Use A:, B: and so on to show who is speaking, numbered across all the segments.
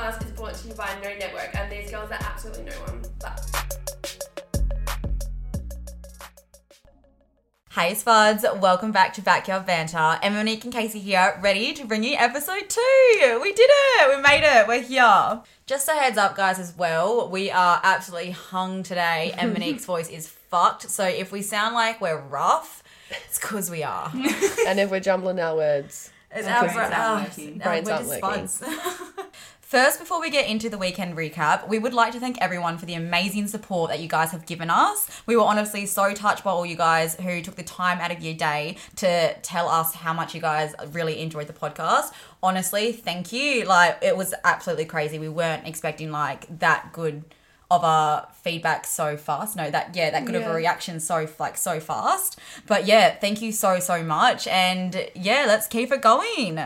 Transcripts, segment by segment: A: actually by no network, and these girls are absolutely no one. But
B: Hey Spuds, welcome back to Backyard Banter. Emma, Monique and Casey here, ready to bring you episode two. We did it, we made it, we're here. Just a heads up, guys, as well, we are absolutely hung today, and Monique's voice is fucked. So if we sound like we're rough, it's because we are.
C: and if we're jumbling our words,
B: It's our
D: brains
B: bra-
D: aren't
B: oh,
D: working.
B: no,
C: Brains
B: we're
C: aren't
B: just
C: working.
B: spuds. First, before we get into the weekend recap, we would like to thank everyone for the amazing support that you guys have given us. We were honestly so touched by all you guys who took the time out of your day to tell us how much you guys really enjoyed the podcast. Honestly, thank you. Like, it was absolutely crazy. We weren't expecting like that good of a feedback so fast. No, that yeah, that good of a
C: Yeah.
B: reaction so like so fast. But yeah, thank you so so much, and yeah, let's keep it going.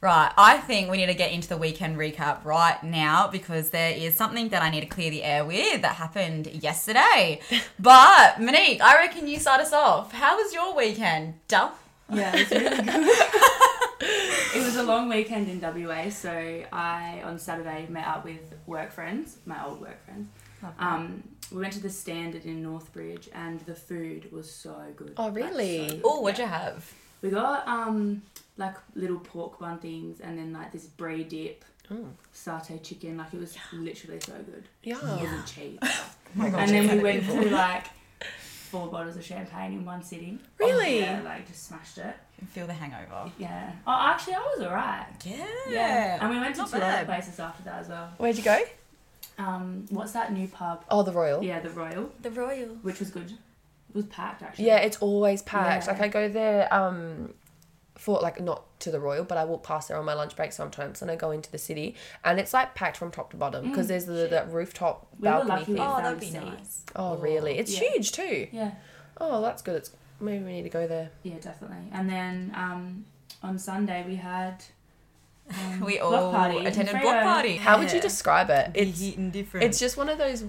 B: Right, I think we need to get into the weekend recap right now because there is something that I need to clear the air with that happened yesterday. But Monique, I reckon you start us off. How was your weekend? Duh.
D: Yeah, it was really good. it was a long weekend in WA, so I on Saturday met up with work friends, my old work friends. Um, we went to the Standard in Northbridge, and the food was so good.
C: Oh,
D: Like, so
C: really?
D: good.
B: Oh, what'd
D: Yeah.
B: you have?
D: We got um like little pork bun things, and then like this brie dip, satay chicken. Like it was literally so good.
C: yeah.
D: It wasn't cheap.
B: Oh my
D: and then we went through like four bottles of champagne in one sitting.
C: Really?
D: Yeah, like just smashed it.
B: Feel the hangover.
D: Yeah. Oh, actually, I was alright.
B: Yeah.
D: And we went to
B: Not
D: two
B: bad.
D: other places after that as well.
C: Where'd you go?
D: Um, what's that new pub?
C: Oh, the Royal. Yeah,
D: Yeah, the Royal,
B: The Royal.
D: which was good. It was packed actually.
C: it's always packed.
D: Yeah.
C: Like I go there um for like not to the Royal, but I walk past there on my lunch break sometimes, and I go into the city, and it's like packed from top to bottom because there's the, that rooftop
D: We were
C: balcony thing.
D: lucky we
C: Oh,
B: Oh,
D: found
B: that'd be
D: seats.
B: nice.
C: really? It's
D: Yeah.
C: huge too.
D: Yeah.
C: Oh, that's good. It's maybe we need to go there.
D: Yeah, definitely. And then um, on Sunday we had. Um,
B: We
D: block
B: all
D: party in
B: attended
D: Freo.
B: block party.
C: How would you describe it? It's
B: different.
C: it's just one of those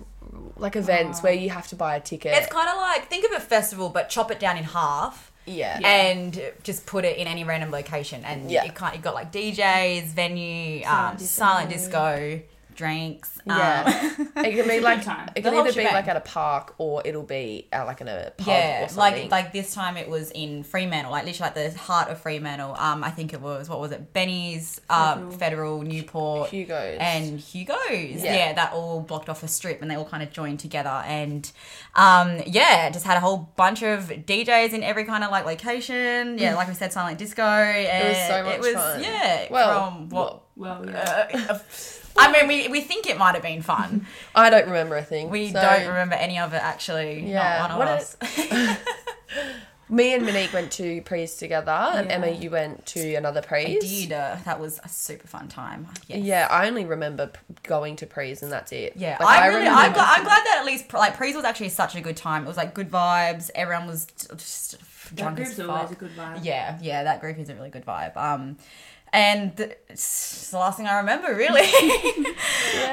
C: like events
D: Ah.
C: where you have to buy a ticket.
B: It's kind of like think of a festival, but chop it down in half
C: yeah.
D: Yeah.
B: and just put it in any random location, and
C: Yeah.
B: you can't. You got like DJs, venue,
D: Silent
B: um,
D: disco.
B: silent disco, drinks. um,
C: Yeah. it can be
D: Good
C: like
D: time.
C: it can
B: The whole
C: either be
B: shebang.
C: like at a park or it'll be at like in a pub
B: yeah,
C: or something.
B: like like this time it was in Fremantle, like literally like the heart of Fremantle. Um, I think it was what was it, Benny's, um,
D: Federal.
B: Federal, Newport,
C: Hugo's.
B: and Hugo's. Yeah.
C: Yeah.
B: that all blocked off a strip and they all kind of joined together and um yeah, just had a whole bunch of DJs in every kind of like location. Yeah, like we said, silent disco. And
C: was so much
B: it was,
C: fun.
B: Yeah,
C: Well,
B: from what.
D: Well, yeah.
B: uh, I mean, we, we think it might have been fun.
C: I don't remember a thing.
B: We
C: so-
B: don't remember any of it actually.
C: Yeah,
B: not one
C: what
B: of us.
C: Me and Monique went to Prees together, and
D: Yeah.
C: Emma, you went to another
B: I
C: Prees.
B: did. Uh, that was a super fun time. Yes.
C: Yeah, I only remember p- going to Prees, and that's it.
B: Yeah,
C: Like,
B: I, really, I'm,
C: remember-
B: glad, I'm glad that at least like Prees was actually such a good time. It was like good vibes. Everyone was just
D: That
B: drunk as
D: group's always a
B: fuck.
D: good vibe.
B: Yeah, yeah, that group is a really good vibe. Um, and it's the last thing I remember really.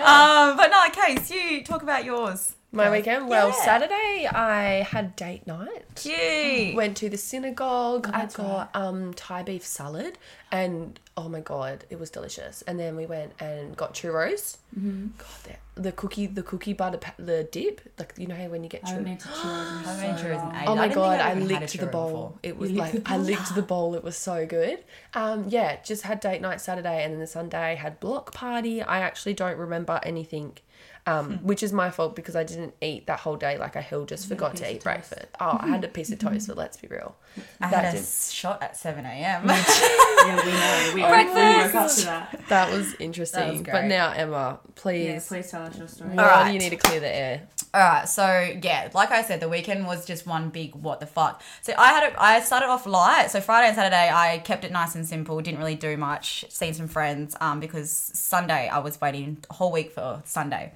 B: Um, but no, Case, you talk about yours.
C: My weekend. Well,
B: Yeah.
C: Saturday I had date night.
B: Cute.
C: Went to the synagogue. I
D: Oh, that's
C: got um Thai beef salad, and oh my god, it was delicious. And then we went and got churros. Mm-hmm. God, the, the cookie, the cookie butter, pa- the dip. Like you know how when you get
D: I haven't been
C: churros.
D: to churros.
B: I haven't been to churros in ages.
C: Oh
B: didn't
C: my
B: think
C: god,
B: I'd even
C: I
B: had a
C: licked the
B: churro
C: bowl.
B: before.
C: It was
D: You licked
C: like
D: the
C: I
D: bowl?
C: licked the bowl. It was so good. Um, yeah, just had date night Saturday, and then the Sunday had block party. I actually don't remember anything, um,
B: Hmm.
C: which is my fault because I didn't eat that whole day. Like I hell just forgot to
D: piece of
C: eat
D: toast.
C: breakfast. Oh, I had a piece of toast, but let's be real.
B: I
C: that
B: had
C: Mm.
B: a
C: didn't-
B: shot at seven a.m.
D: yeah, we know. We, we woke up to that.
C: That was interesting. but
B: great.
C: now Emma,
D: Yeah,
C: please,
D: please tell us your story.
C: All right.
B: Alright.
C: you need to clear the air.
B: All right, so yeah, like I said, the weekend was just one big what the fuck. So I had a, I started off light. So Friday and Saturday, I kept it nice and simple. Didn't really do much. Seen some friends. Um, because Sunday I was waiting a whole week for Sunday,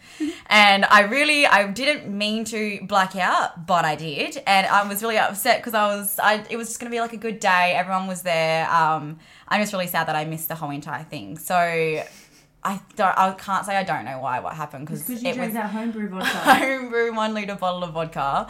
B: and I really I didn't mean to black out, but I did, and I was really upset because I was I it was just gonna be like a good day. Everyone was there. Um, I'm just really sad that I missed the whole entire thing. So I don't, I can't say I don't know why what happened because
D: Because you
B: it
D: drank
B: was
D: that homebrew vodka.
B: homebrew one liter bottle of vodka.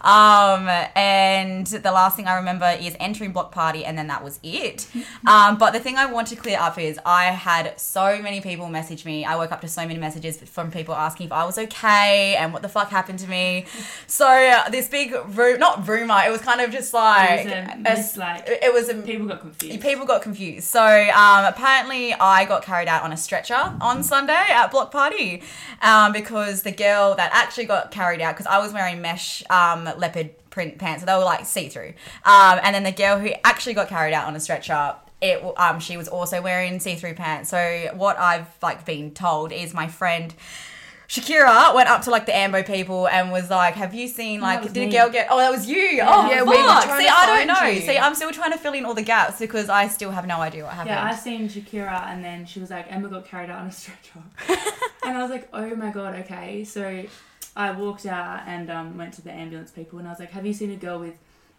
B: Um, and the last thing I remember is entering block party, and then that was it. Um, but the thing I want to clear up is I had so many people message me. I woke up to so many messages from people asking if I was okay and what the fuck happened to me. So uh, this big room, not rumor, it was kind of just like
D: It was a
B: a-
D: mislike.
B: It was a
D: People got confused.
B: People got confused. So um, apparently, I got carried out on a stretcher on Sunday at block party um, because the girl that actually got carried out because I was wearing mesh um, leopard print pants, so they were like see through. Um, and then the girl who actually got carried out on a stretcher. It, w- um, she was also wearing see-through pants. So what I've like been told is my friend Shakira went up to like the Ambo people and was like, "Have you seen like
D: was
B: did a
D: me.
B: girl get? Oh, that was you. Oh,
C: Yeah,
B: yeah,
C: we were
B: fuck.
C: trying
B: See,
C: to
B: I don't know.
C: find you.
B: See, I'm still trying to fill in all the gaps because I still have no idea what happened.
D: Yeah, I seen Shakira, and then she was like, Emma got carried out on a stretcher, and I was like, oh my god, okay. So I walked out and um, went to the ambulance people, and I was like, have you seen a girl with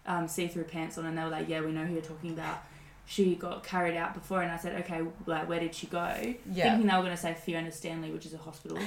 D: um, see-through pants on? And they were like, yeah, we know who you're talking about. She got carried out before, and I said, okay, like where did she go?
B: Yeah.
D: Thinking they were gonna say Fiona Stanley, which is a hospital,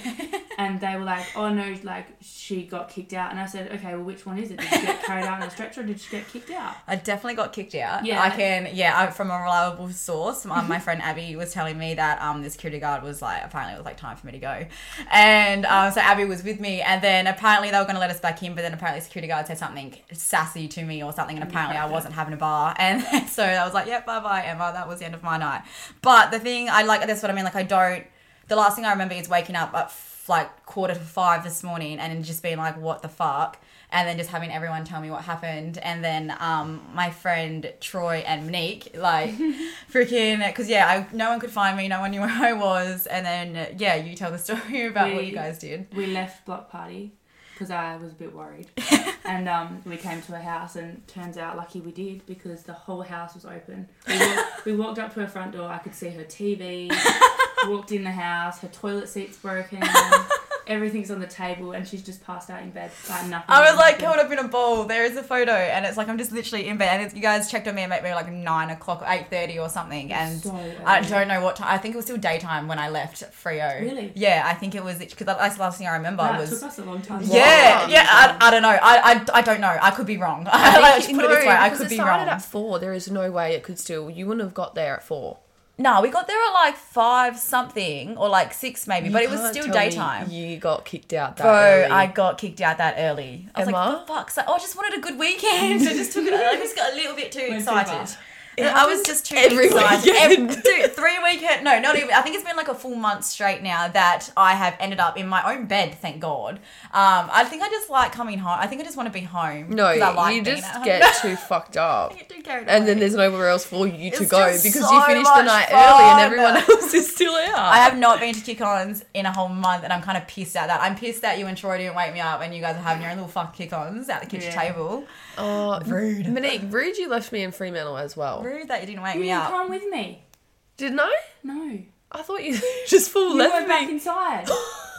D: and they were like, oh no, like she got kicked out, and I said, okay, well which one is it? Did she get carried out on a stretcher, or did she get kicked out?
B: I definitely got kicked out.
D: Yeah.
B: I can. Yeah, I, from a reliable source, my, my friend Abby was telling me that um this security guard was like apparently it was like time for me to go, and um so Abby was with me, and then apparently they were gonna let us back in, but then apparently the security guard said something sassy to me or something, and apparently I wasn't having a bar, and so I was like, yep, bye bye Emma, that was the end of my night. But the thing I like that's what I mean. Like I don't. The last thing I remember is waking up at f- like quarter to five this morning and just being like, what the fuck? And then just having everyone tell me what happened. And then um, my friend Troy and Monique, like, freaking, because yeah, I, no one could find me, no one knew where I was. And then, uh, yeah, you tell the story about what you
D: We-
B: guys did.
D: we left block party because I was a bit worried, and um, we came to her house, and turns out lucky we did because the whole house was open. We walked, we walked up to her front door. I could see her TV. walked in the house. Her toilet seat's broken. Everything's on the table, and she's just passed out in bed. Like nothing.
B: I was like
D: nothing.
B: curled up in a ball. There is a photo, and it's like I'm just literally in bed. And it's, you guys checked on me at maybe like nine o'clock, eight thirty or something. And
D: so
B: I
D: early.
B: don't know what time. I think it was still daytime when I left Frio.
D: Really?
B: Yeah, I think it was because that's the last thing I remember
D: That
B: was.
D: took us a long time.
B: yeah,
C: Wow.
B: yeah. I, I don't know. I, I, I don't know. I could be wrong. Let's put it this way. I
C: because
B: could
C: it
B: be
C: started
B: wrong.
C: at four. There is no way it could still. You wouldn't have got there at four.
B: No, we got there at like five something or like six maybe, but
C: You
B: it was
C: can't
B: still
C: tell me
B: daytime.
C: You got kicked out that
B: Bro,
C: early.
B: I got kicked out that early. I was
C: Emma?
B: like, for fuck's sake. Oh, I just wanted a good weekend. I just took it. I just got a little bit too
D: too
B: excited.
D: far.
B: I was just too
C: every
B: excited.
C: weekend.
B: Ev- dude, three weekend. No, not even. I think it's been like a full month straight now that I have ended up in my own bed. Thank God. Um, I think I just like coming home. I think I just want to be home.
C: No,
B: 'cause I like
C: you
B: being
C: just
B: at home.
C: get too fucked up.
B: I get too carried
C: And
B: away.
C: then there's nowhere else for you to
B: It's
C: go
B: just
C: because you
B: so
C: finished the
B: much
C: night early and
B: fun.
C: everyone else is still out.
B: I have not been to kick-ons in a whole month, and I'm kind of pissed at that. I'm pissed that you and Troy didn't wake me up, and you guys are having your own little fuck kick-ons at the kitchen
D: Yeah.
B: table.
C: Oh,
B: Rude.
C: Monique, rude you left me in Fremantle as well.
B: Rude that you didn't wake
D: You
B: me
D: didn't
B: up.
D: come with me.
C: Didn't I?
D: No, you
C: I thought you just full
D: went
C: left me.
D: back inside.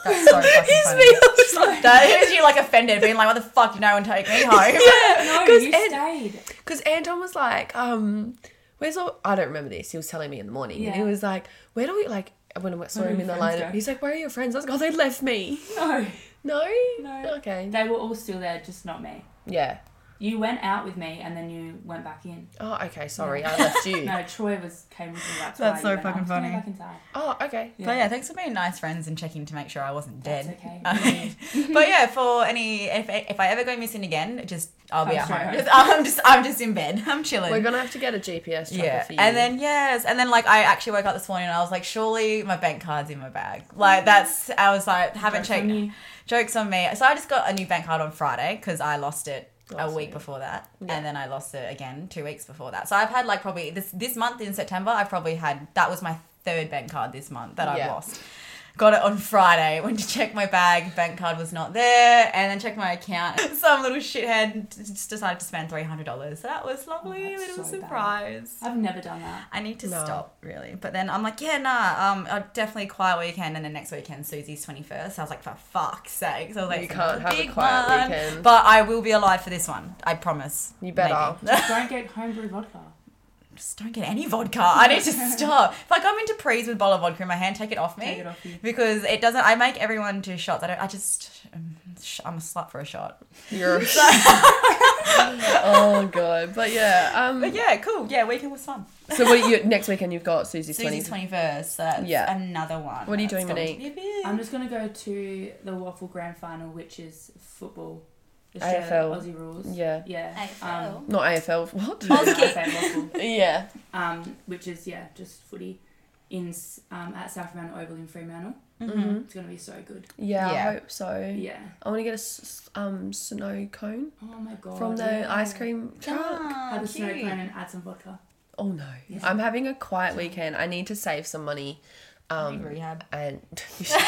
B: That's so fucking
C: Excuse
B: funny.
C: me. I was like,
B: That is you like offended, being like, "What the fuck? No one take me home."
D: No,
C: 'Cause
D: you
C: Ed-
D: stayed.
C: Because Anton was like, um, where's all, I don't remember this. He was telling me in the morning.
D: Yeah.
C: He was like, where do we, like, when I saw
D: Where do
C: him in
D: your
C: the
D: friends
C: line,
D: go?
C: he's like, where are your friends? I was like, oh, they left me.
D: No,
C: No?
D: No.
C: Okay.
D: they were all still there, just not me.
C: Yeah.
D: You went out with me and then you went back in.
C: Oh, okay. Sorry. I left you.
D: No, Troy was came with me. That's,
B: That's
D: why
B: so
D: you went out.
B: fucking
D: Just go
B: funny.
D: Back inside.
C: Oh, okay.
B: But yeah, thanks for being nice friends and checking to make sure I wasn't
D: That's
B: dead. Um,
D: okay.
B: but yeah, for any if, if I ever go missing again, just I'll be
D: I'm
B: at
D: sorry.
B: home. Just- I'm just I'm just in bed. I'm chilling.
C: We're going to have to get a GPS tracker
B: yeah,
C: for you.
B: and then yes, and then like I actually woke up this morning and I was like, surely my bank card's in my bag. Like that's I was like, haven't
D: Joke's
B: checked.
D: on you.
B: Jokes on me. So I just got a new bank card on Friday because I lost it a
C: Last
B: week
C: week.
B: before that,
C: Yeah.
B: and then I lost it again two weeks before that. So I've had like probably this this month in September. I've probably had that was my third bank card this month that I've
C: Yeah.
B: lost. Got it on Friday. Went to check my bag. Bank card was not there, and then checked my account. Some little shithead just decided to spend three hundred dollars. So that was lovely
D: Oh, that's
B: little
D: so bad.
B: surprise.
D: I've never done that.
B: I need to
C: No.
B: stop really. But then I'm like, yeah, nah, um, I'll definitely quiet weekend, and then next weekend Susie's twenty first. I was like, for fuck's sake! So I was like,
C: You
B: it's
C: can't
B: another
C: have a
B: big
C: quiet weekend.
B: But I will be alive for this one. I promise.
C: You better.
B: Maybe.
D: Don't get homebrew vodka.
B: just don't get any vodka. I need to stop. If I come into prees with a bottle of vodka in my hand, take it off me.
D: Take it off you.
B: Because it doesn't. I make everyone do shots. I don't. I just. um, sh- I'm a slut for a shot.
C: You're. oh god, but yeah. Um.
B: But yeah, cool. Yeah, weekend was fun.
C: So what? You, next weekend you've got Susie's twenty.
B: Susie's twenty first. So that's
C: Yeah.
B: another one.
C: What are you
B: that's
C: doing,
B: going to
C: Monique?
B: be a bit-
D: I'm just gonna go to the waffle grand final, which is football.
C: AFL.
D: Aussie rules.
C: Yeah.
D: Yeah. Um,
C: Not AFL. What?
D: no, no, AFL waffle.
C: yeah.
D: um, which is yeah, just footy in s- um, at South Fremantle Oval in Fremantle.
B: Mhm.
C: Mm-hmm.
D: It's gonna be so good.
C: Yeah,
B: Yeah.
C: I hope so.
D: Yeah.
C: I want to get a s- s- um snow cone
D: Oh my god.
C: from the
D: yeah.
C: ice cream truck.
B: Ah,
D: Have a snow
B: cute.
D: cone and add some vodka.
C: Oh no,
D: Yeah.
C: I'm having a quiet weekend. I need to save some money.
B: Need
C: Um,
B: rehab.
C: and you, should-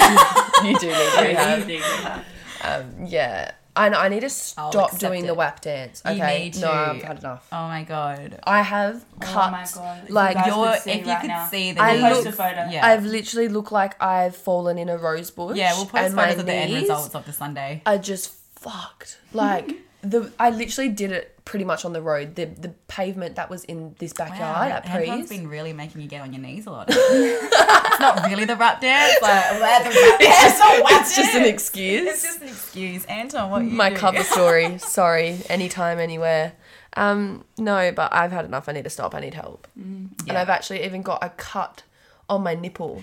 C: you do need to have.
D: Crazy thing.
C: Um, yeah, and I need to
B: I'll
C: stop
B: accept
C: doing the
B: it.
C: WAP dance.
B: You
C: Okay,
B: need
C: no,
B: to.
C: I've had enough.
B: Oh my god.
C: I have cut.
D: Oh my god. If
C: like,
D: you guys
B: Your,
D: could see
B: if you
D: right
B: could
D: now.
B: see
C: I
B: that,
D: We'll post
C: look-
D: a photo.
B: Yeah.
C: I've literally looked like I've fallen in a rose bush.
B: yeah, we'll post
C: and my
B: photos of the end
C: knees
B: results of the Sunday.
C: are just fucked. Like the I literally did it pretty much on the road. The the pavement that was in this backyard at
B: Anton's
C: Prees.
B: been really making you get on your knees a lot. it's not really the rap dance, but well, the rap
C: It's
B: dance.
C: just,
B: oh, wow,
C: it's just an
B: dude.
C: excuse.
B: It's just an excuse, Anton. What you
C: my
B: do.
C: cover story. Sorry, anytime, anywhere. Um, no, but I've had enough. I need to stop. I need help. And
B: Mm, Yeah.
C: I've actually even got a cut on my nipple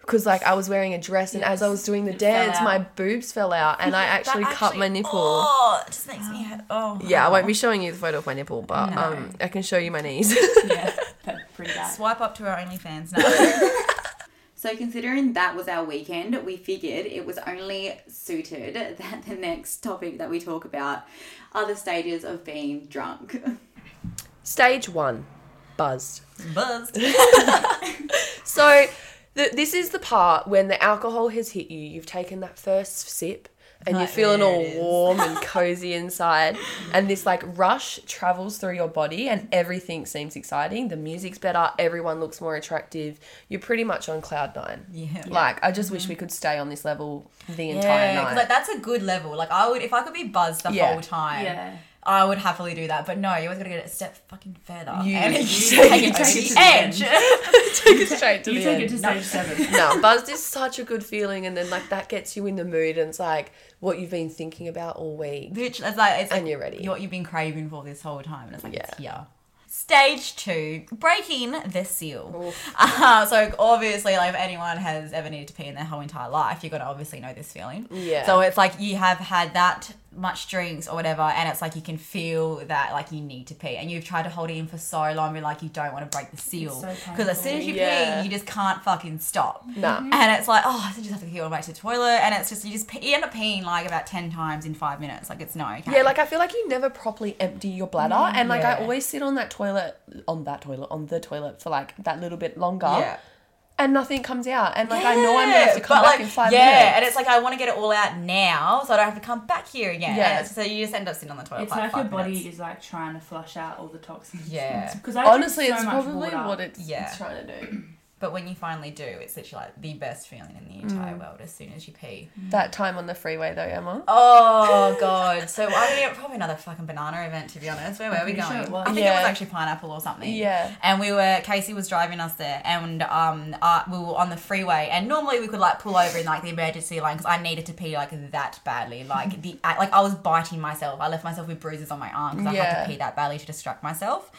C: because, like, I was wearing a dress, and as I was doing the
D: fell
C: dance,
D: out.
C: my boobs fell out, and I
B: That
C: actually cut my nipple.
B: Oh, it just makes me. ha- Oh,
C: Um, Yeah, I won't be showing you the photo of my nipple, but
B: No.
C: um, I can show you my knees.
D: yeah, that's pretty bad.
B: Swipe up to our OnlyFans now.
E: So, considering that was our weekend, we figured it was only suited that the next topic that we talk about are the stages of being drunk.
C: Stage one, buzzed.
B: Buzzed.
C: So th- this is the part when the alcohol has hit you. You've taken that first sip and you're
B: Right,
C: feeling
B: there
C: all
B: it is.
C: warm and cozy inside. And this like rush travels through your body and everything seems exciting. The music's better. Everyone looks more attractive. You're pretty much on cloud nine.
B: Yeah.
C: Like I just wish we could stay on this level the entire
B: Yeah, 'cause,
C: night.
B: like that's a good level. Like I would, if I could be buzzed the
C: Yeah.
B: whole time,
D: Yeah.
B: I would happily do that. But no, you always gotta get it a step fucking further.
C: You-
B: and
C: you
B: you
C: take
B: take
C: it
B: it to
D: to
B: the
D: the
B: edge.
C: take it straight to
D: You
C: the
D: take
C: end.
D: it to stage seven.
C: no, buzzed is such a good feeling, and then like that gets you in the mood, and it's like what you've been thinking about all week.
B: Bitch, it's like it's
C: And
B: like
C: you're ready.
B: What you've been craving for this whole time, and it's like it's here. Stage two, breaking the seal. Uh, so obviously, like if anyone has ever needed to pee in their whole entire life, you're gonna obviously know this feeling.
C: Yeah.
B: So it's like you have had that much drinks or whatever, and it's like you can feel that like you need to pee, and you've tried to hold it in for so long, but like you don't want to break the seal
D: so
B: because as soon as you
C: Yeah.
B: pee, you just can't fucking stop.
C: Nah.
B: And it's like, oh, I just have to pee all the way to the toilet, and it's just you just pee, you end up peeing like about ten times in five minutes. Like it's no. Okay.
C: Yeah, like I feel like you never properly empty your bladder, and like I
B: Mm, yeah.
C: always sit on that toilet, on that toilet, on the toilet for like that little bit longer,
B: Yeah.
C: and nothing comes out, and like I know I'm gonna have to
B: Yeah,
C: come
B: but,
C: back
B: like,
C: in five
B: yeah,
C: minutes.
B: and it's like I want to get it all out now, so I don't have to come back here again.
C: Yeah.
B: Yeah. so you just end up sitting on the toilet.
D: It's
B: for
D: like your
B: five
D: body
B: minutes.
D: is like trying to flush out all the toxins.
B: Yeah.
D: Because I
C: honestly,
D: drink
C: it's
D: so much
C: probably
D: water.
C: what it's,
B: Yeah. Mm-hmm.
C: it's trying to do.
B: But when you finally do, it's literally like the best feeling in
C: Mm.
B: the entire world as soon as you pee.
C: That time on the freeway though, Emma.
B: Oh god! So I mean, probably another fucking banana event to be honest. Where were we
D: pretty
B: going?
D: sure it was.
B: I think it
C: Yeah.
B: was actually pineapple or something.
C: Yeah.
B: And we were Casey was driving us there, and um, uh, we were on the freeway, and normally we could like pull over in like the emergency lane because I needed to pee like that badly, like the I- like I was biting myself. I left myself with bruises on my arm because I had
C: Yeah.
B: to pee that badly to distract myself.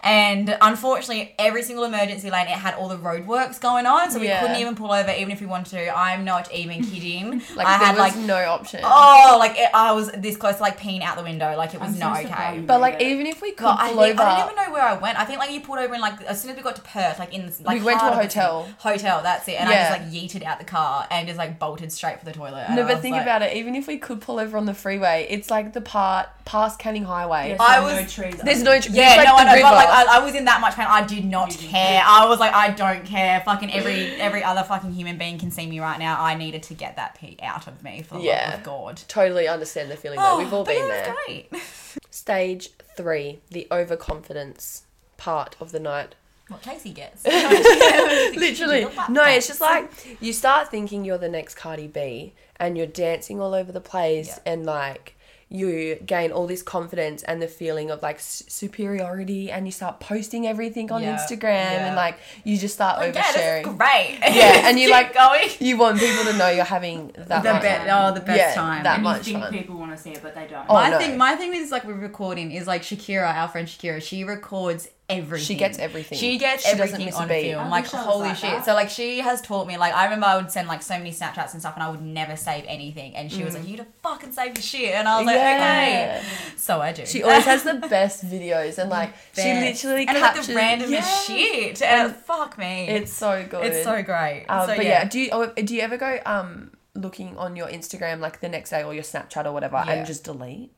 B: And unfortunately, every single emergency lane it had all the roadworks going on, so we
C: Yeah.
B: couldn't even pull over, even if we wanted to. I'm not even kidding.
C: Like
B: I
C: there
B: had
C: was
B: like
C: no option.
B: Oh, like it, I was this close to like peeing out the window. Like it was
D: I'm
B: not
D: so
B: okay.
D: surprised.
C: but like even if we could
B: God, I,
C: pull
B: li-
C: over,
B: I don't even know where I went. I think like you pulled over and like as soon as we got to Perth, like in this, like
C: We went to a
B: heart of the
C: hotel.
B: city- hotel, that's it. And
C: Yeah.
B: I just like yeeted out the car and just like bolted straight for the toilet. And
C: no,
B: I
C: but
B: was
C: think
B: like-
C: about it. Even if we could pull over on the freeway, it's like the part past Canning Highway.
D: Yes,
B: I
D: there are
B: was-
D: No trees
C: There's
D: up.
C: no, tr-
B: Yeah,
C: it's like
B: no,
C: the
B: I know,
C: river.
B: but like I, I was in that much pain. I did not
D: didn't
B: care. I was like, I don't care. Fucking every every other fucking human being can see me right now. I needed to get that pee out of me for the
C: Yeah.
B: love of God.
C: totally understand the feeling though. We've all
B: Oh, but
C: been
B: yeah, it
C: there.
B: was great.
C: Stage three, the overconfidence part of the night.
B: What Casey gets.
C: Literally. No, it's just like you start thinking you're the next Cardi B and you're dancing all over the place
B: Yeah.
C: and like you gain all this confidence and the feeling of like s- superiority and you start posting everything on
B: Yeah.
C: Instagram
B: Yeah.
C: and like you just start
B: Yeah,
C: oversharing.
B: this is great.
C: Yeah, and you
B: Keep
C: like-
B: going.
C: You want people to know you're having that
B: the
C: much-
B: best. Oh, the best
C: Yeah,
B: time.
C: that
D: and you
C: much
D: think
C: fun.
D: people want to see it, but they don't.
C: Oh,
B: my
C: no.
B: thing, my thing is like with recording is like Shakira, our friend Shakira. She records everything.
C: gets everything.
B: She gets
C: She doesn't
B: everything
C: miss a
B: on
C: beat.
B: film.
D: I
B: Like
D: wish I was
B: holy
D: like
B: shit.
D: that.
B: So like she has taught me. Like I remember I would send like so many Snapchats and stuff, and I would never save anything. And she was like, "You to fucking save the shit," and I was like,
C: Mm. Yeah.
B: "Okay." So I do.
C: She always has the best videos and like she
B: Best.
C: literally
B: and
C: captures
B: with the randomest
C: Yeah.
B: shit. And, fuck me,
C: It's so good.
B: it's so great.
C: Um,
B: so
C: but yeah. do you oh, do you ever go um looking on your Instagram like the next day or your Snapchat or whatever
B: Yeah. Mm-hmm.
C: and just delete?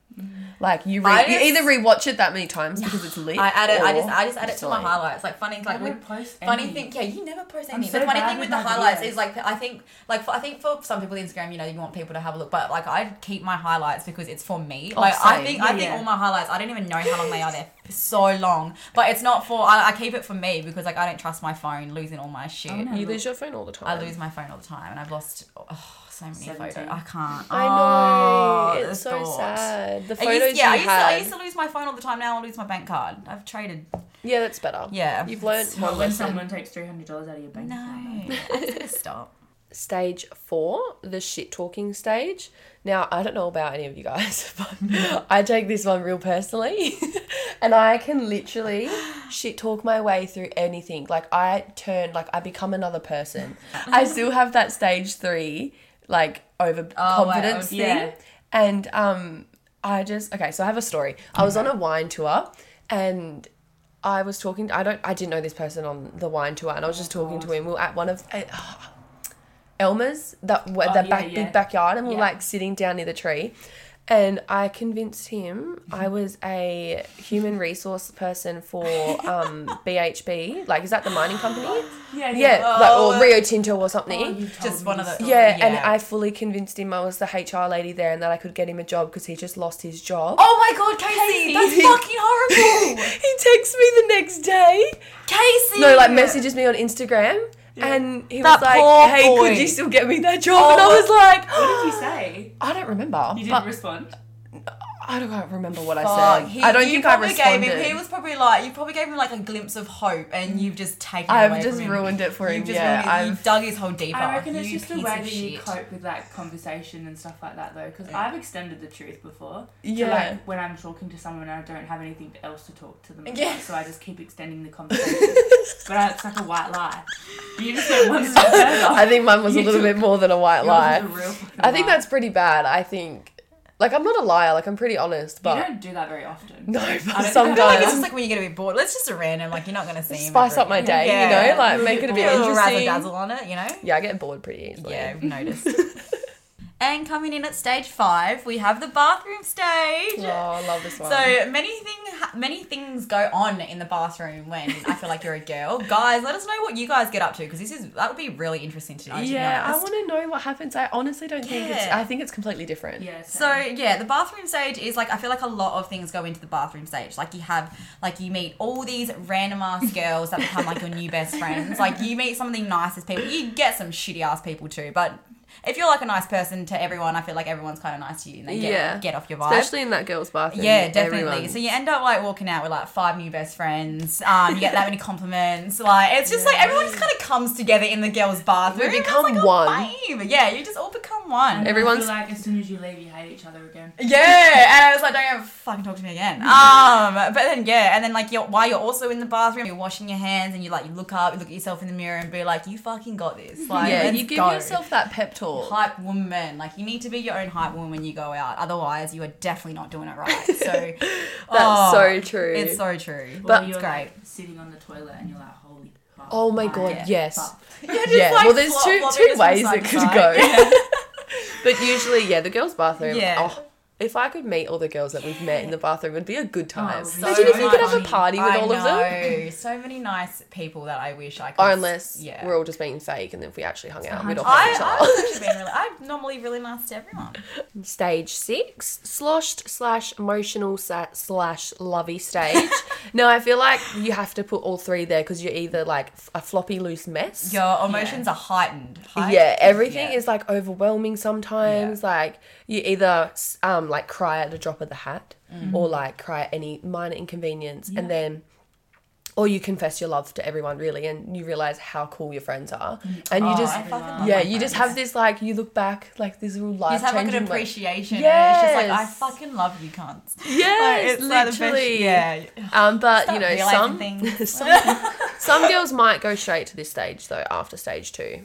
C: Like you, re-
B: I
C: you
B: just-
C: either rewatch it that many times because it's lit.
B: I add it. I
C: or
B: just I just add it to my
C: delete.
B: highlights. Like funny,
D: I
B: like with
D: don't post
B: Funny
D: any.
B: thing, yeah, you never post
D: I'm
B: any.
D: so
B: the funny
D: bad
B: thing
D: with
B: with the
D: my
B: highlights
D: videos.
B: is like I think like for, I think for some people Instagram, you know, you want people to have a look, but like I keep my highlights because it's for me.
C: Oh,
B: Like I
C: same.
B: think
D: Yeah,
B: I think
D: yeah.
B: all my highlights, I don't even know how long they are. They're so long, but it's not for. I, I keep it for me because like I don't trust my phone losing all my shit.
D: no.
C: You lose your phone all the time.
B: I lose my phone all the time, and I've lost oh, so many
D: 17.
B: photos. I can't.
C: I know.
B: Oh,
C: it's
B: the
C: so
B: thought.
C: sad. The
B: I
C: photos
B: used, yeah, I
C: you
B: used, to,
C: had.
B: I used to lose my phone all the time. Now I lose my bank card. I've traded.
C: yeah, that's better.
B: Yeah.
C: You've learned
D: But
C: one
D: when
C: lesson.
D: someone takes three hundred dollars out of your bank account,
B: No, I'm gonna stop.
C: stage four, the shit talking stage. Now, I don't know about any of you guys, but I take this one real personally. and I can literally shit talk my way through anything. Like, I turn, like, I become another person. I still have that stage three, like, overconfidence
B: Oh,
C: thing.
D: yeah.
C: And um, I just, okay, so I have a story. I was on a wine tour and I was talking. I don't. I didn't know this person on the wine tour, and I was just
D: Oh,
C: talking to him. We were at one of uh, Elmer's, that where
D: Oh,
C: the
D: yeah,
C: back
D: yeah.
C: big backyard, and we we're
D: Yeah.
C: like sitting down near the tree. And I convinced him
D: Mm-hmm.
C: I was a human resource person for um, BHB. Like, is that the mining company?
D: yeah,
C: Yeah,
D: Oh, uh,
C: like, or Rio Tinto or something.
B: Just one of the
C: yeah, and I fully convinced him I was the HR lady there and that I could get him a job because he just lost his job.
B: Oh my god, Casey, that's fucking horrible,
C: He texts me the next day
B: Casey.
C: No, like messages me on Instagram, and he
B: That
C: was like,
B: poor
C: "Hey,
B: boy.
C: could you still get me that job?" and I
B: Oh.
C: was like,
D: What did you say?
C: "I don't remember,
D: You
C: but
D: didn't respond.
C: I don't quite remember what I
B: Fuck,
C: said.
B: Oh, he-
C: I don't
B: you
C: think I
B: probably
C: responded.
B: Gave him, he was probably like, you probably gave him like a glimpse of hope, and you've just taken. it away
C: I've just
B: from him.
C: ruined it for
B: You've
C: him.
B: just
C: Yeah,
B: ruined it.
C: I've
B: You've dug his whole deeper.
D: I reckon it's
B: you
D: just the
B: piece
D: way
B: of
D: that you
B: shit.
D: cope with like conversation and stuff like that though, because I've extended the truth before.
C: yeah.
D: To, like when I'm talking to someone and I don't have anything else to talk to them about,
B: Yeah.
D: so I just keep extending the conversation. but I, it's like a white lie. You just went one step further.
C: I think mine was a
D: You
C: little
D: took-
C: bit more than a white lie.
D: Yours is a real fucking
C: I think
D: lie.
C: that's pretty bad. I think, like, I'm not a liar. Like, I'm pretty honest,
D: you
C: but
D: don't do that very often.
C: no, but
D: I
B: I feel like it's
C: sometimes
B: just like when you get a bit bored. Let's just a random, like you're not gonna see him.
C: spice
B: every-
C: up my day. You
B: Yeah.
C: know, like make it a bit
B: Put a little razzle
C: interesting.
B: dazzle on it, you know.
C: Yeah, I get bored pretty easily.
B: Yeah, I've noticed. and coming in at stage five, we have the bathroom stage.
C: Oh, I love this one.
B: So many thing, many things go on in the bathroom when I feel like you're a girl. Guys, let us know what you guys get up to because this is that would be really interesting to know.
C: Yeah, I
B: to be honest.
C: want to know what happens. I honestly don't think it's.
B: Yeah.
C: I think it's completely different.
D: Yeah.
B: So
D: same.
B: yeah, the bathroom stage is like I feel like a lot of things go into the bathroom stage. Like you have like you meet all these random ass girls that become like your new best friends. Like you meet some of the nicest people. You get some shitty ass people too, but if you're like a nice person to everyone, I feel like everyone's kind of nice to you and they get,
C: Yeah.
B: get off your vibe.
C: Especially in that girl's bathroom.
B: Yeah, definitely.
C: e- everyone-
B: So you end up like walking out with like five new best friends. Um, you get that many compliments. Like it's just like everyone just kind of comes together in the girls' bathroom.
C: We
B: It's
C: become
B: like a
C: one.
B: vibe. Yeah, you just all become
D: And
B: one.
D: then I
C: everyone's-
D: feel like as soon as you leave, you hate each other again.
B: Yeah, and I was like, don't ever fucking talk to me again. Um, but then yeah, and then like you're, while you're also in the bathroom, you're washing your hands, and you like you look up, you look at yourself in the mirror, and be like, you fucking got this. Like,
C: yeah,
B: let's
C: you give
B: go.
C: yourself that pep talk.
B: hype woman. Like you need to be your own hype woman when you go out. Otherwise, you are definitely not doing it right. So oh. that's
C: That's so true.
B: It's so true.
D: Or
B: But
D: you're,
B: it's great.
D: Like, sitting on the toilet and you're like, holy. fuck,
C: Oh my
D: I
C: god,
D: am
C: yes.
D: fucked.
B: Yeah,
C: Yeah. well, there's two two ways it could go. but usually, yeah, the girls' bathroom.
B: Yeah.
C: Oh, if I could meet all the girls that we've met in the bathroom, it'd be a good time.
D: Oh,
C: Imagine if we could have a
D: much.
C: party with
B: I
C: all of them.
B: know. So many nice people that I wish I could.
C: Or unless
B: yeah.
C: we're all just being fake, and if we actually hung out, we'd all hate each
B: I,
C: other.
B: I've actually been really. I'm normally really nice to everyone.
C: Stage six, sloshed slash emotional sa- slash lovey stage. now I feel like you have to put all three there because you're either like f- a floppy loose mess.
B: Your emotions are heightened. Heightened?
C: yeah, everything
B: Yeah.
C: is like overwhelming sometimes. Like you either s- um um, like cry at the drop of the hat
B: Mm.
C: or like cry at any minor inconvenience and then or you confess your love to everyone really and you realize how cool your friends are and you
B: Oh,
C: just
B: I fucking love
C: yeah
B: my
C: you just
B: friends.
C: have this like you look back like this little
B: You
C: life
B: just have like an
C: changing
B: appreciation. and It's just like I
C: Yes.
B: fucking love you, cunts.
C: yes
B: like the best-
C: literally
B: yeah.
C: um but
B: Start
C: you know
B: realising
C: some
B: things.
C: some, some girls might go straight to this stage though after stage two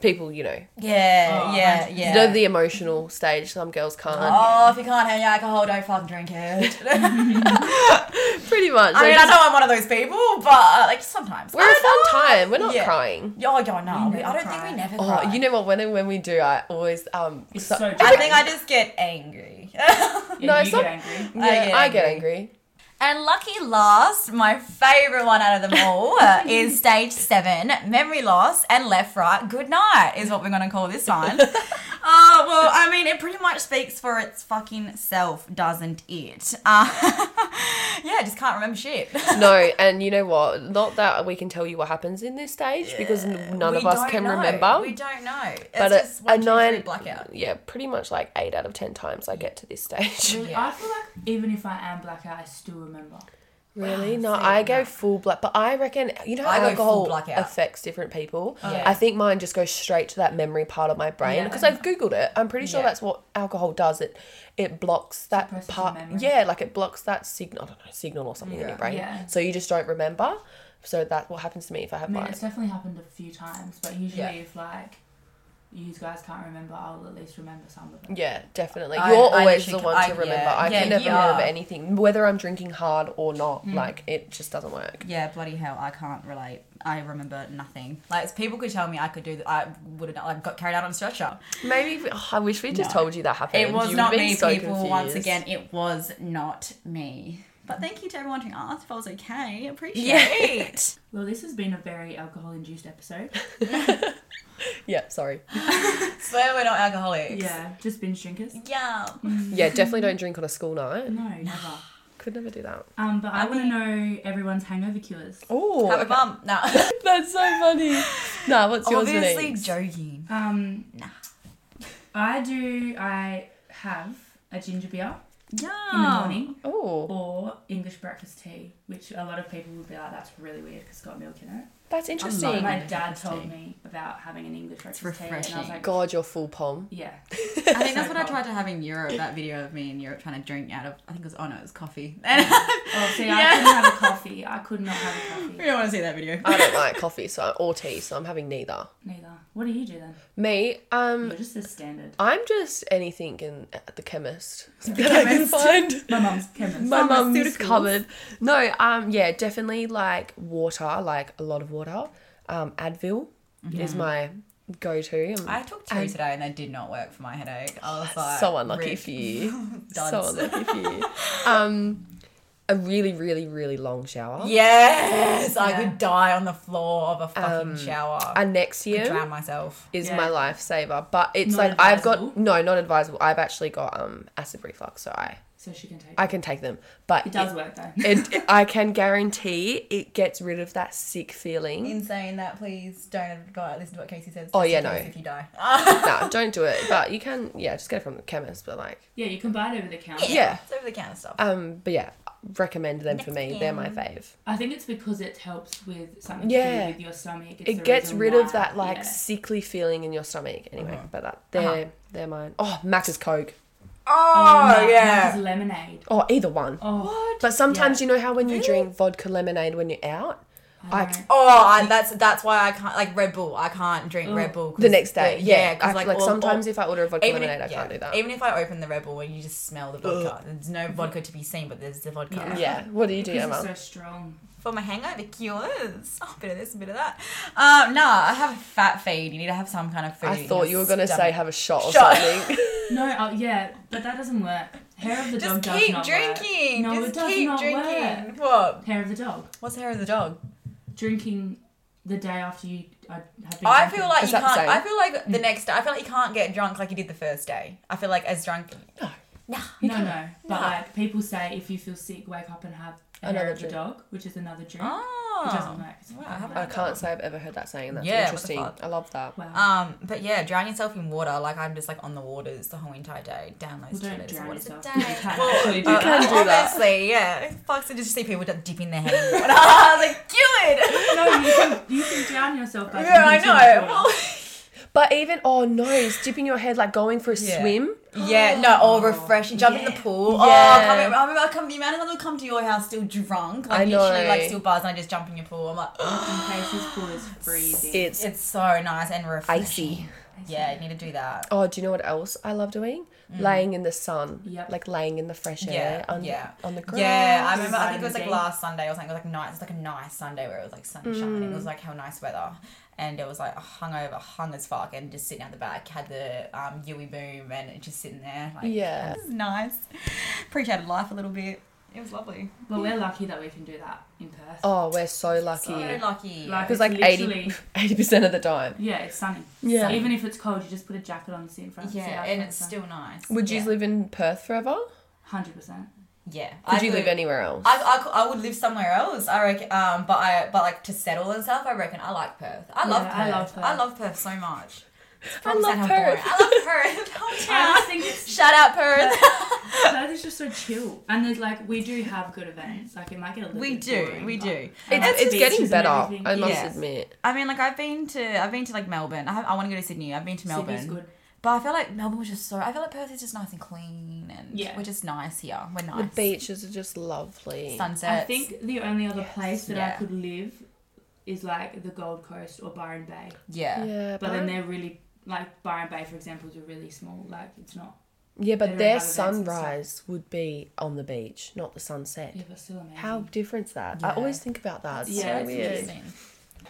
C: people you know
B: Yeah,
D: Oh,
B: yeah,
D: imagine.
B: yeah.
C: you know the emotional stage some girls can't
B: oh, if you can't handle alcohol, don't fucking drink it.
C: pretty much
B: Oh. I
C: They
B: mean, I
C: just-
B: know I'm one of those people, but uh, like sometimes
C: we're
B: I
C: a fun
B: don't-
C: time we're not
B: Yeah.
C: crying
B: Oh, yeah, no, we- I
D: never
B: don't think
D: cry.
B: we never
C: oh
B: cry.
C: you know what when when we do i always um
D: It's
C: so-
D: so
B: I
D: different.
B: think I just get angry.
D: Yeah,
C: No,
D: you
C: some-
D: get angry.
C: yeah,
B: I get
C: I get
B: angry.
C: angry
B: And lucky last, my favorite one out of them all uh, is stage seven, memory loss and left right good night is what we're gonna call this one. Oh well, I mean it pretty much speaks for its fucking self, doesn't it? Uh, yeah, just can't remember shit.
C: no, and you know what? Not that we can tell you what happens in this stage because n- none
B: We
C: of us
B: don't
C: can
B: know.
C: remember.
B: We don't know. It's
C: but a,
B: just
C: a
B: one, two, three,
C: nine,
B: blackout.
C: yeah, pretty much like eight out of ten times I get to this stage.
D: Really, I feel like even if I am blackout, I still remember.
C: Really? No, I go full black, but I reckon you know how
B: I go full Oh,
C: alcohol
B: blackout.
C: affects different people.
D: Yeah.
C: I think mine just goes straight to that memory part of my brain
D: Yeah.
C: because I've googled it. I'm pretty sure
B: Yeah.
C: that's what alcohol does. It it blocks that
D: Suppresses
C: part.
D: memory.
C: Yeah, like it blocks that signal. I don't know signal or something in your brain,
D: Yeah.
C: so you just don't remember. So that's what happens to me if I
D: I
C: have
D: mean,
C: mine.
D: it's definitely happened a few times, but usually
B: Yeah.
D: if like you guys can't remember, I'll at least remember some of it.
C: Yeah, definitely.
B: I-
C: You're
B: I
C: always
B: literally
C: the
B: c-
C: one
B: I-
C: to remember.
B: yeah.
C: I
B: Yeah,
C: can never
B: you
C: remember
B: are. Mm.
C: anything, whether I'm drinking hard or not. Like it just doesn't work.
B: Yeah, bloody hell, I can't relate. I remember nothing. Like, if people could tell me I could do that, I would have like, got carried out on a stretcher.
C: Maybe if- oh, I wish we just
D: No.
C: told you that happened.
B: It was
C: You'd
B: not
C: been
B: me,
C: so
B: people. Once
C: confused.
B: again, it was not me. But thank you to everyone who asked if I was okay. Appreciate
C: Yeah.
B: it.
D: Well, this has been a very alcohol-induced episode.
C: Yeah, sorry.
B: Swear we're not alcoholics.
D: yeah, just binge drinkers.
B: Yeah.
C: Yeah, definitely don't drink on a school night.
D: No, never.
C: Could never do that.
D: Um, but
B: I
D: I want to
B: think-
D: know everyone's hangover cures.
C: Oh,
B: Have a bump. No.
C: that's so funny. Nah, what's yours,
B: Obviously
C: Denise?
B: joking.
D: Um,
B: Nah.
D: I do. I have a ginger beer
B: Yeah.
D: in the morning
C: Oh,
D: or English breakfast tea, which a lot of people would be like, "That's really weird because it's got milk in it."
C: that's
B: I'm
C: interesting.
D: My
B: English
D: dad
B: breakfast
D: told
B: tea.
D: me about having an English breakfast tea, and I was
B: refreshing.
D: like,
C: God, you're full pom.
D: "Yeah,
B: I think that's
D: So
B: what I
D: cold.
B: tried to have in Europe. That video of me in Europe trying to drink out of. I think it was oh no, it was coffee. we
D: Oh, see,
B: Yeah.
D: I couldn't have a coffee. I could not have a coffee.
B: don't want to see that video.
C: I don't like coffee, so or tea, so I'm having neither.
D: Neither. What do you do then?
C: Me, um,
D: You're just the standard.
C: I'm just anything in at the chemist. The
B: chemist.
C: I can find.
D: My mum's chemist.
C: My mum's
B: Pharmaceuticals.
C: covered. No, um, yeah, definitely like water, like a lot of water. Um, Advil is my go-to. I'm
B: I took two today and they did not work for my headache. I was like,
C: so unlucky
B: rip.
C: for you. so
B: Duds.
C: unlucky for you. Um, a really, really, really long shower.
B: Yes, I
D: Yeah.
B: could die on the floor of a
C: Um,
B: fucking shower. I
C: And next
B: could
C: year
B: drown myself.
C: is
D: Yeah.
C: my lifesaver, but it's
D: Not
C: like I've got
D: advisable.
C: no, not advisable. I've actually got um acid reflux, so I
D: So she can take.
C: I can take them, but
D: it does work though.
C: It, it- I can guarantee it gets rid of that sick feeling.
B: In saying that, please don't go listen to what Casey says.
C: Oh,
B: just
C: yeah,
B: in case
C: no.
B: If you die,
C: no, don't do it. But you can, yeah, just get it from the chemist. But like,
D: Yeah, you can buy it over the counter.
C: Yeah.
B: it's over the counter stuff.
C: um, but yeah, recommend them for me.
B: Next
C: They're my fave.
D: I think it's because it helps with something to
C: Yeah.
D: do with your stomach. It's
C: It
D: the
C: gets
D: reason
C: rid
D: why-
C: of that like
D: yeah.
C: sickly feeling in your stomach. Anyway,
B: Uh-huh.
C: but that they're they're mine. Oh, Macca's Coke.
B: oh
D: no,
B: yeah.
D: Macca's lemonade.
C: Oh, either one.
D: Oh,
C: But sometimes you know how when you drink vodka lemonade when you're out, I,
D: don't.
B: Oh, I, that's that's why I can't like Red Bull. I can't drink Red Bull 'cause
C: Mm. the next day.
B: the-
C: Yeah,
B: because
C: I, like,
B: all-
C: sometimes
B: all-
C: if I order a vodka
B: even
C: lemonade,
B: if,
C: I
B: yeah,
C: can't do that.
B: Even if I open the Red Bull and you just smell the vodka, there's no vodka to be seen, but there's the vodka.
D: Yeah.
C: yeah, what do you do,
D: because
C: Emma?
D: it's so strong.
B: for my hangover cures. Oh, a bit of this, a bit of that. Um, nah, I have a fat feed. You need to have some kind of food.
C: I
B: in
C: thought
B: your
C: you were gonna say
B: stomach.
C: have a shot or
B: Shot.
C: something.
D: No, oh, yeah, but that doesn't work. Hair of the
B: Just
D: dog does
B: keep
D: not
B: drinking.
D: Work. No,
B: Just
D: it does
B: keep
D: not
B: drinking.
D: work.
B: What?
D: Hair of the dog.
B: What's hair of the dog?
D: Drinking the day after you uh, have been.
B: I
D: drinking.
B: feel like
C: Is
B: you
C: that the
B: can't.
C: same?
B: I feel like the next day. I feel like you can't get drunk like you did the first day. I feel like as drunk.
D: No, no. But
B: No.
D: like people say, if you feel sick, wake up and have a
C: Another
D: hair of the
C: drink.
D: dog, which is another drink. It doesn't
B: Oh.
D: work. It's
B: Wow, I haven't
D: love
C: I
D: that.
C: can't say I've ever heard that saying. That's
B: Yeah, what the
C: interesting.
B: fuck?
C: I love that.
D: Wow.
B: Um, but yeah, drown yourself in water. Like I'm just like on the waters the whole entire day. Down those
D: Well, don't
B: toilets.
D: drown
B: What is a
D: yourself.
B: day?
D: You can't actually do
B: uh,
D: that.
C: can do that.
B: Honestly, yeah. Fucks to just see people d- dipping their hand in water. I was like, good.
D: no, you can, you can drown yourself. By
B: Yeah, I
D: drinking too much
B: know.
D: water.
C: But even oh no, it's dipping your head like going for a
B: Yeah.
C: swim.
B: Yeah, no, all refreshing. Jump in the pool. Oh,
C: Yeah.
B: come in, I remember I come, the amount of people who come to your house still drunk. Like,
C: I know.
B: literally, like, still buzz, and I just jump in your pool. I'm like,
D: In case this pool is freezing.
C: It's
B: it's so nice and refreshing.
C: icy.
B: Yeah, you need to do that.
C: Oh, do you know what else I love doing? Laying in the sun.
D: Mm. Yep.
C: Like laying in the fresh
B: Yeah,
C: air on,
B: yeah.
C: on the grass.
B: Yeah, I remember. I think it
D: Vitamin
B: was like
D: D.
B: last Sunday or something. It was like nice. It's like a nice Sunday where it was like sunshine. and It was like how nice weather, and it was like hungover, hung as fuck, and just sitting out the back had the um, Yui boom and just sitting there. Like,
C: Yeah.
B: this is nice. Appreciated life a little bit. It was lovely.
D: Well, we're lucky that we can do that in Perth.
C: Oh, we're so lucky.
B: So lucky.
D: Like-
C: 'Cause,
D: It's
C: like 80
D: literally-
C: 80 percent of the time.
D: Yeah, it's sunny.
C: Yeah.
D: So even if it's cold, you just put a jacket on, sit in front. sit
B: yeah,
D: out
B: and
D: front,
B: it's
D: so-
B: still nice.
C: Would
B: yeah.
C: you live in Perth forever?
D: hundred percent.
B: Yeah.
C: Could
B: I
C: you live
B: could-
C: anywhere else?
B: I, I, cou- I would live somewhere else. I reckon. Um, but I but like to settle and stuff. I reckon I like Perth. I love Perth.
D: Yeah, I
B: I love
D: love
B: Perth. I love Perth so much. It's probably
C: love
B: sad how boring-
C: Perth.
B: I love Perth. Oh,
D: I
B: yeah.
D: just think it's
B: Shout out Perth.
D: Perth is just so chill, and there's like we do have good events. Like it might get a little.
B: We
D: bit
B: do,
D: boring,
B: we
D: but-
B: do.
D: and
C: it's
D: like
C: it's getting
D: beaches and
C: better,
D: everything.
C: I must
B: Yeah.
C: admit.
B: I mean, like I've been to I've been to like Melbourne. I, have, I want to go to Sydney. I've been to Melbourne,
D: Sydney's good.
B: but I feel like Melbourne was just so. I feel like Perth is just nice and clean, and
D: Yeah.
B: we're just nice here. We're
C: The
B: nice.
C: beaches are just lovely.
B: sunsets.
D: I think the only other place that
B: Yeah.
D: I could live is like the Gold Coast or Byron Bay,
B: yeah.
C: Yeah,
D: but then they're really like Byron Bay, for example, is a really small. Like it's not.
C: yeah,
D: they
C: but
D: don't
C: their
D: have events and stuff.
C: sunrise would be on the beach, not the sunset.
D: Yeah, but still amazing.
C: How different's that? I
B: Yeah.
C: always think about that. It's
D: Yeah,
C: so
D: it's
C: weird.
B: interesting.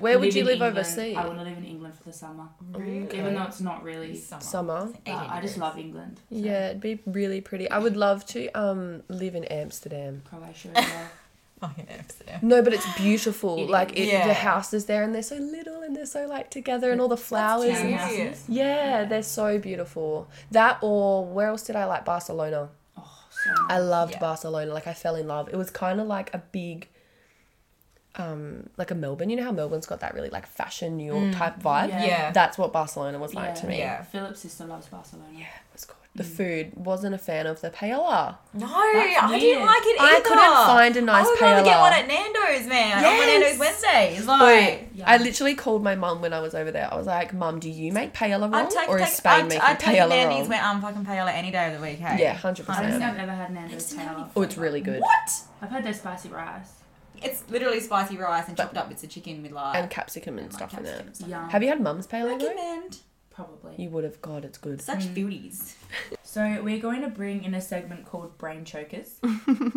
C: Where would you
D: in
C: live
D: England,
C: overseas?
D: I want to live in England for the summer,
B: Really?
D: even though it's not really.
B: Summer.
C: Summer.
D: but I just love England. so
C: Yeah, it'd be really pretty. I would love to um live in Amsterdam.
D: Croatia as well.
B: fucking Oh, Amsterdam.
C: No, but it's beautiful.
D: It
C: like it,
B: Yeah.
C: the houses there, and they're so little, and they're so like together, and all the flowers.
B: cute.
C: and-
B: Yeah.
D: Townhouses.
C: Yeah, they're so beautiful. That or where else did I like Barcelona?
D: Oh, so nice.
C: I loved
B: Yeah.
C: Barcelona. Like I fell in love. It was kind of like a big, um, like a Melbourne. You know how Melbourne's got that really like fashion New York type vibe.
D: Yeah.
B: Mm. Yeah.
C: That's what Barcelona was like to me.
B: Yeah.
D: Philip's sister loves Barcelona.
C: Yeah, it was good. The food wasn't a fan of the paella.
B: No, I didn't
D: weird.
B: like it either.
C: I couldn't find a nice
B: I would rather get
C: paella.
B: one at Nando's, man. I want
C: Yes.
B: Nando's Wednesdays. Like,
C: Wait,
D: yeah.
C: I literally called my mum when I was over there. I was like, "Mum, do you make
B: I'd
C: paella wrong,
B: take,
C: or
B: take,
C: is Spain
B: I'd,
C: making
B: I'd take
C: paella
B: Nando's
C: wrong?"
B: where I'm fucking paella any day of the week. Hey.
C: Yeah, hundred
D: I don't think
C: percent.
D: I've ever had Nando's paella.
C: Oh, it's really good.
B: What?
D: I've had their spicy rice.
B: It's literally spicy rice and chopped up bits of chicken with like
C: And capsicum
B: Oh
C: and stuff in it.
D: Yum.
C: Have you had mum's paella? though?
B: Recommend
D: Probably.
C: You would have. God, it's good.
B: such beauties.
D: So we're going to bring in a segment called Brain Chokers,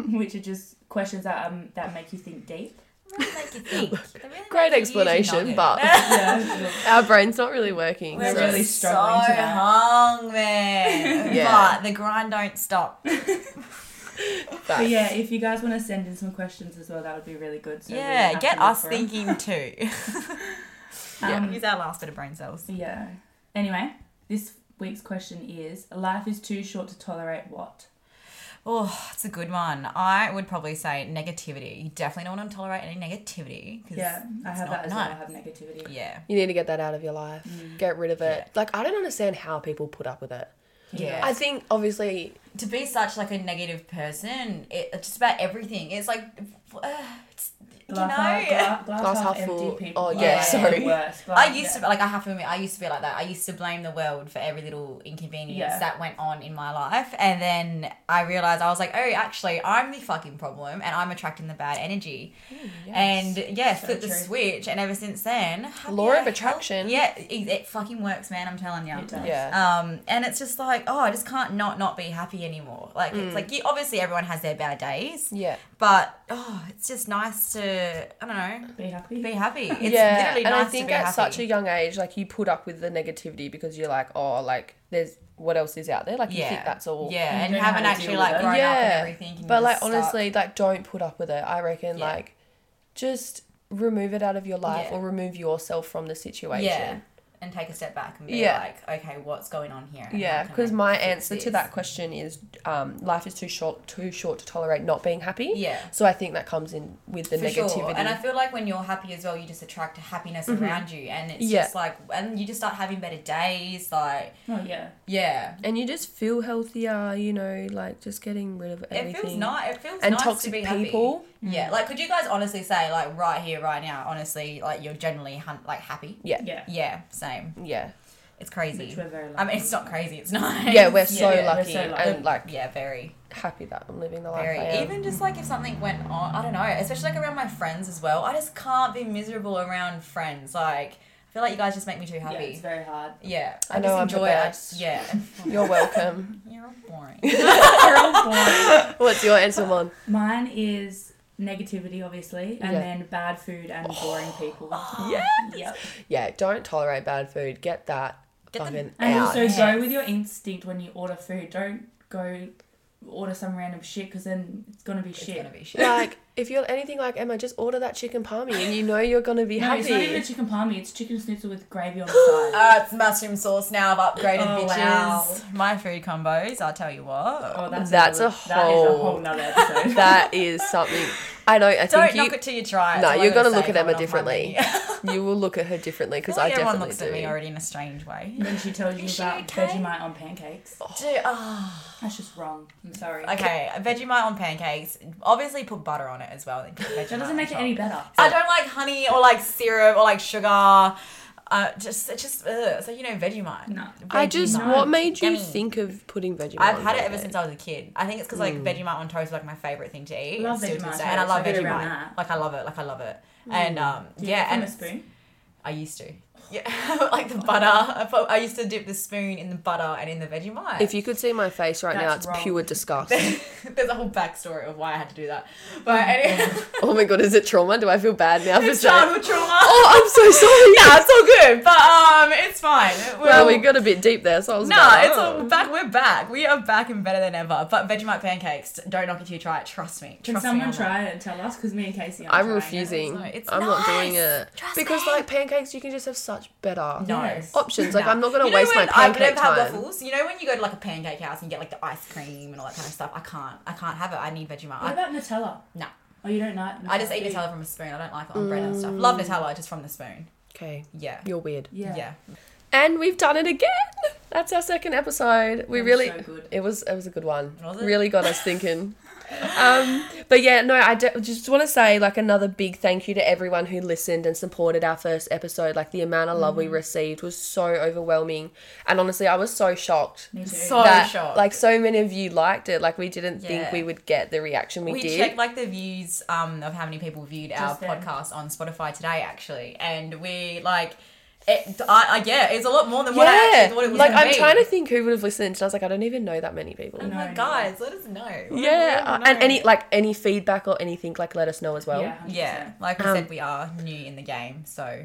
D: which are just questions that um that make you think deep.
B: Really make you think. They really make
C: Great
B: you
C: explanation,
B: use your
C: but
B: noggin.
D: Yeah.
C: our brain's not really working.
B: We're
C: so-
D: really
B: just
D: struggling
B: so
D: today.
B: hung, man.
C: Yeah.
B: But the grind don't stop.
D: but yeah, if you guys want to send in some questions as well, that would be really good. So
B: yeah,
D: we have
B: get
D: to look
B: us
D: for 'em.
B: thinking too.
D: Um,
B: Use our last bit of brain cells.
D: Yeah. Anyway, this week's question is: Life is too short to tolerate what?
B: Oh, it's a good one. I would probably say negativity. You definitely don't want to tolerate any negativity. 'cause
D: Yeah, I
B: it's
D: have
B: not
D: that as well. I
B: nice.
D: have negativity.
B: Yeah.
C: You need to get that out of your life.
B: Mm.
C: Get rid of it. Like I don't understand how people put up with it.
B: Yeah.
C: I think obviously
B: to be such like a negative person, it, it's just about everything. It's like, uh, it's, you know.
D: Glass half- gla- glass,
C: Glass
D: half
C: half
D: empty
C: full.
D: people
C: Oh,
D: are
B: yeah,
D: the
C: sorry.
D: worst, but
B: I used
D: yeah.
B: to like I have to admit I used to be like that. I used to blame the world for every little inconvenience
D: Yeah.
B: that went on in my life, and then I realized I was like, oh, actually, I'm the fucking problem, and I'm attracting the bad energy. And yeah, flip the
D: true.
B: switch, and ever since then, happy
C: Law of
B: as hell-
C: attraction.
B: Yeah, it, it fucking works, man. I'm telling you.
D: It does.
C: yeah.
B: Um, and it's just like, oh, I just can't not not be happy anymore. Like it's like you, obviously everyone has their bad days,
C: yeah.
B: but oh, it's just nice to I don't know
D: be happy.
B: be happy. It's
C: yeah.
B: literally
C: and
B: nice
C: I think
B: to be
C: at
B: happy.
C: such a young age, like you put up with the negativity because you're like, oh, like there's what else is out there? Like you think that's all.
B: Yeah, and
D: don't know
B: haven't
D: how to
B: actually
D: deal
B: like
D: with it.
B: grown up
C: Yeah,
B: and everything. and
C: But
B: you're
C: like
B: stuck.
C: honestly, like don't put up with it. I reckon
B: Yeah.
C: like just remove it out of your life
B: Yeah.
C: or remove yourself from the situation.
B: yeah. and take a step back and be
C: Yeah.
B: like, okay, what's going on here? and
C: Yeah,
B: how can
C: because
B: I
C: my
B: fix
C: answer to
B: this?
C: that question is um, life is too short, too short to tolerate not being happy.
B: Yeah.
C: So I think that comes in with the
B: For
C: negativity. Mm-hmm.
B: sure. And I feel like when you're happy as well, you just attract happiness around you, and it's
C: Yeah.
B: just like, and you just start having better days. Like,
D: Oh yeah.
B: yeah,
C: And you just feel healthier, you know, like just getting rid of everything.
B: it feels nice. It feels
C: And
B: nice to
C: toxic
B: be
C: people. Mm.
B: Happy. Yeah, like, could you guys honestly say, like, right here, right now, honestly, like, you're generally hun- like happy?
D: Yeah.
B: Yeah, same.
C: Yeah.
B: It's crazy.
D: Which we're very lucky.
B: I mean, it's not crazy. It's nice.
C: Yeah, we're so
D: Yeah, we're
C: lucky.
D: so lucky.
C: and like
B: yeah, very,
C: happy that I'm living the life I
B: very.
C: am.
B: Even just like if something went on, I don't know. Especially like around my friends as well. I just can't be miserable around friends. Like, I feel like you guys just make me too
D: Yeah,
B: happy.
D: it's very hard.
B: Yeah,
C: I know, I'm the best.
B: Yeah,
C: You're welcome.
B: you're boring.
D: We're all born.
C: What's your answer, Mon?
D: Mine is negativity, obviously, and
C: Yeah.
D: then bad food and boring people.
C: Yeah.
D: Yep.
C: Yeah, don't tolerate bad food. Get that
B: Get the-
C: fucking
D: And
C: out.
D: also
B: Yes.
D: go with your instinct when you order food. Don't go order some random shit because then it's gonna be
B: It's
D: shit.
B: gonna be shit.
C: like if you're anything like Emma, just order that chicken palmy and you know you're gonna be
D: no,
C: happy.
D: it's not even a chicken palmy. It's chicken schnitzel with gravy on the side.
B: Uh, it's mushroom sauce now. I've upgraded
D: Oh,
B: bitches.
D: wow.
B: My food combos, I'll tell you what.
D: Oh, that's,
C: That's
D: another-
C: a
D: that is a
C: whole-
D: whole nother episode.
C: that is something I know. I
B: Don't
C: think
B: knock it till you try it.
C: No,
B: That's all
C: you're
B: I gotta
C: gonna look
B: say
C: at Emma
B: if I went off my
C: differently.
B: menu. I
C: you will look at her differently because
B: feel
C: I
B: like everyone
C: definitely
B: looks at me
C: do.
B: already in a strange way.
D: And then she tells you
B: Is she
D: about
B: okay?
D: Vegemite on pancakes.
B: Dude, ah.
D: That's just wrong. I'm sorry.
B: okay, a Vegemite on pancakes. Obviously, put butter on it as well. That
D: That doesn't make it any better.
B: I don't like honey or like syrup or like sugar. Uh, just it's just ugh. so you know Vegemite.
D: No.
C: I just
B: Vegemite.
C: what made you
B: Yummy.
C: think Hmm. of putting Vegemite?
B: I've
C: on
B: had it
C: there?
B: ever since I was a kid. I think it's because like Vegemite on toast was like my favorite thing to eat. It's
D: Love
B: still to
D: Vegemite
B: this day, and I
D: toast.
B: love
D: I get around
B: Vegemite.
D: that. Hmm.
B: Like I love it. Like I love it. And um,
D: Do you
B: yeah,
D: get
B: and
D: from a spoon.
B: I used to. Yeah, like the butter. I, put, I used to dip the spoon in the butter and in the Vegemite.
C: If you could see my face right now,
D: That's
C: it's
D: wrong.
C: pure disgust.
B: There's a whole backstory of why I had to do that.
D: Hmm.
B: But anyway,
C: oh my god, is it trauma? Do I feel bad now for
B: it's
C: saying?
B: childhood trauma.
C: Oh, I'm so sorry.
B: Nah, it's all good. But um, it's fine.
C: Well, we
B: We'll-
C: got a bit deep there, so I was
B: No,
C: like,
B: it's
C: oh.
B: all back. We're back. We are back and better than ever. But Vegemite pancakes, don't knock it till you try it. Trust me.
D: Can
B: Trust me
D: someone
B: on that.
D: try it and tell us? Because me and Casey are
C: I'm refusing.
B: No, it's
C: I'm not doing
B: nice.
C: it
B: Trust
C: because
B: me.
C: like pancakes, you can just have such better
B: No.
D: Yes.
C: options. Like
B: Nah.
C: I'm not gonna
B: You know
C: waste my
B: when- I've
C: pancake
B: never had
C: time.
B: waffles. You know when you go to like a pancake house and you get like the ice cream and all that kind of stuff. I can't. I can't have it. I need Vegemite.
D: What
B: I,
D: about Nutella?
B: No.
D: Oh, you don't like
B: I just eat Nutella from a spoon. I don't like it on bread and stuff.
C: Mm.
B: Love Nutella just from the spoon.
C: Okay,
B: Yeah.
C: you're weird.
D: Yeah.
B: Yeah.
C: And we've done it again. That's our second episode. We
D: That was
C: really
D: so good.
C: it was it was a good one.
B: Was it?
C: Really got us thinking. um, but yeah, no, I d- just want to say like another big thank you to everyone who listened and supported our first episode. Like the amount of love we
B: Mm.
C: received was so overwhelming, and honestly, I was so shocked.
D: Me too.
B: So
C: that,
B: shocked.
C: Like so many of you liked it. Like we didn't think
B: Yeah.
C: we would get the reaction we,
B: We
C: did.
B: checked like the views um, of how many people viewed our
D: Just then.
B: podcast on Spotify today, actually, and we like, it, I, I yeah, it's a lot more than what I
C: yeah,
B: actually thought it was.
C: like
B: gonna
C: I'm
B: be.
C: trying to think who would have listened. And I was like, I don't even know that many people.
B: Oh
D: No,
B: my
D: no.
B: guys, let us know. We
C: Yeah,
B: don't
C: uh, and
B: know.
C: any like any feedback or anything, like let us know as well.
D: Yeah.
C: Yeah,
D: 100%.
B: Yeah, like I
C: Um,
B: said, we are new in the game, so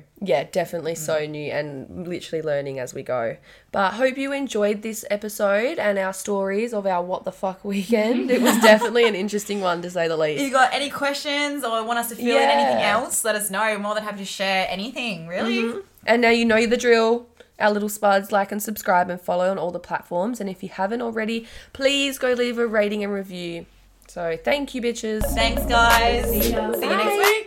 C: definitely
B: Mm.
C: so new and literally learning as we go. But hope you enjoyed this episode and our stories of our what the fuck weekend. it was definitely an interesting one to say the
B: If you
C: least.
B: got any questions or want us to fill in
C: Yeah. Mm-hmm.
B: anything else, let us know. We're more than happy to share anything, really.
C: And now you know the drill. Our little spuds like and subscribe and follow on all the platforms. And if you haven't already, please go leave a rating and review. So thank you, bitches.
B: Thanks, guys.
D: See ya.
B: next
C: Bye.
B: week.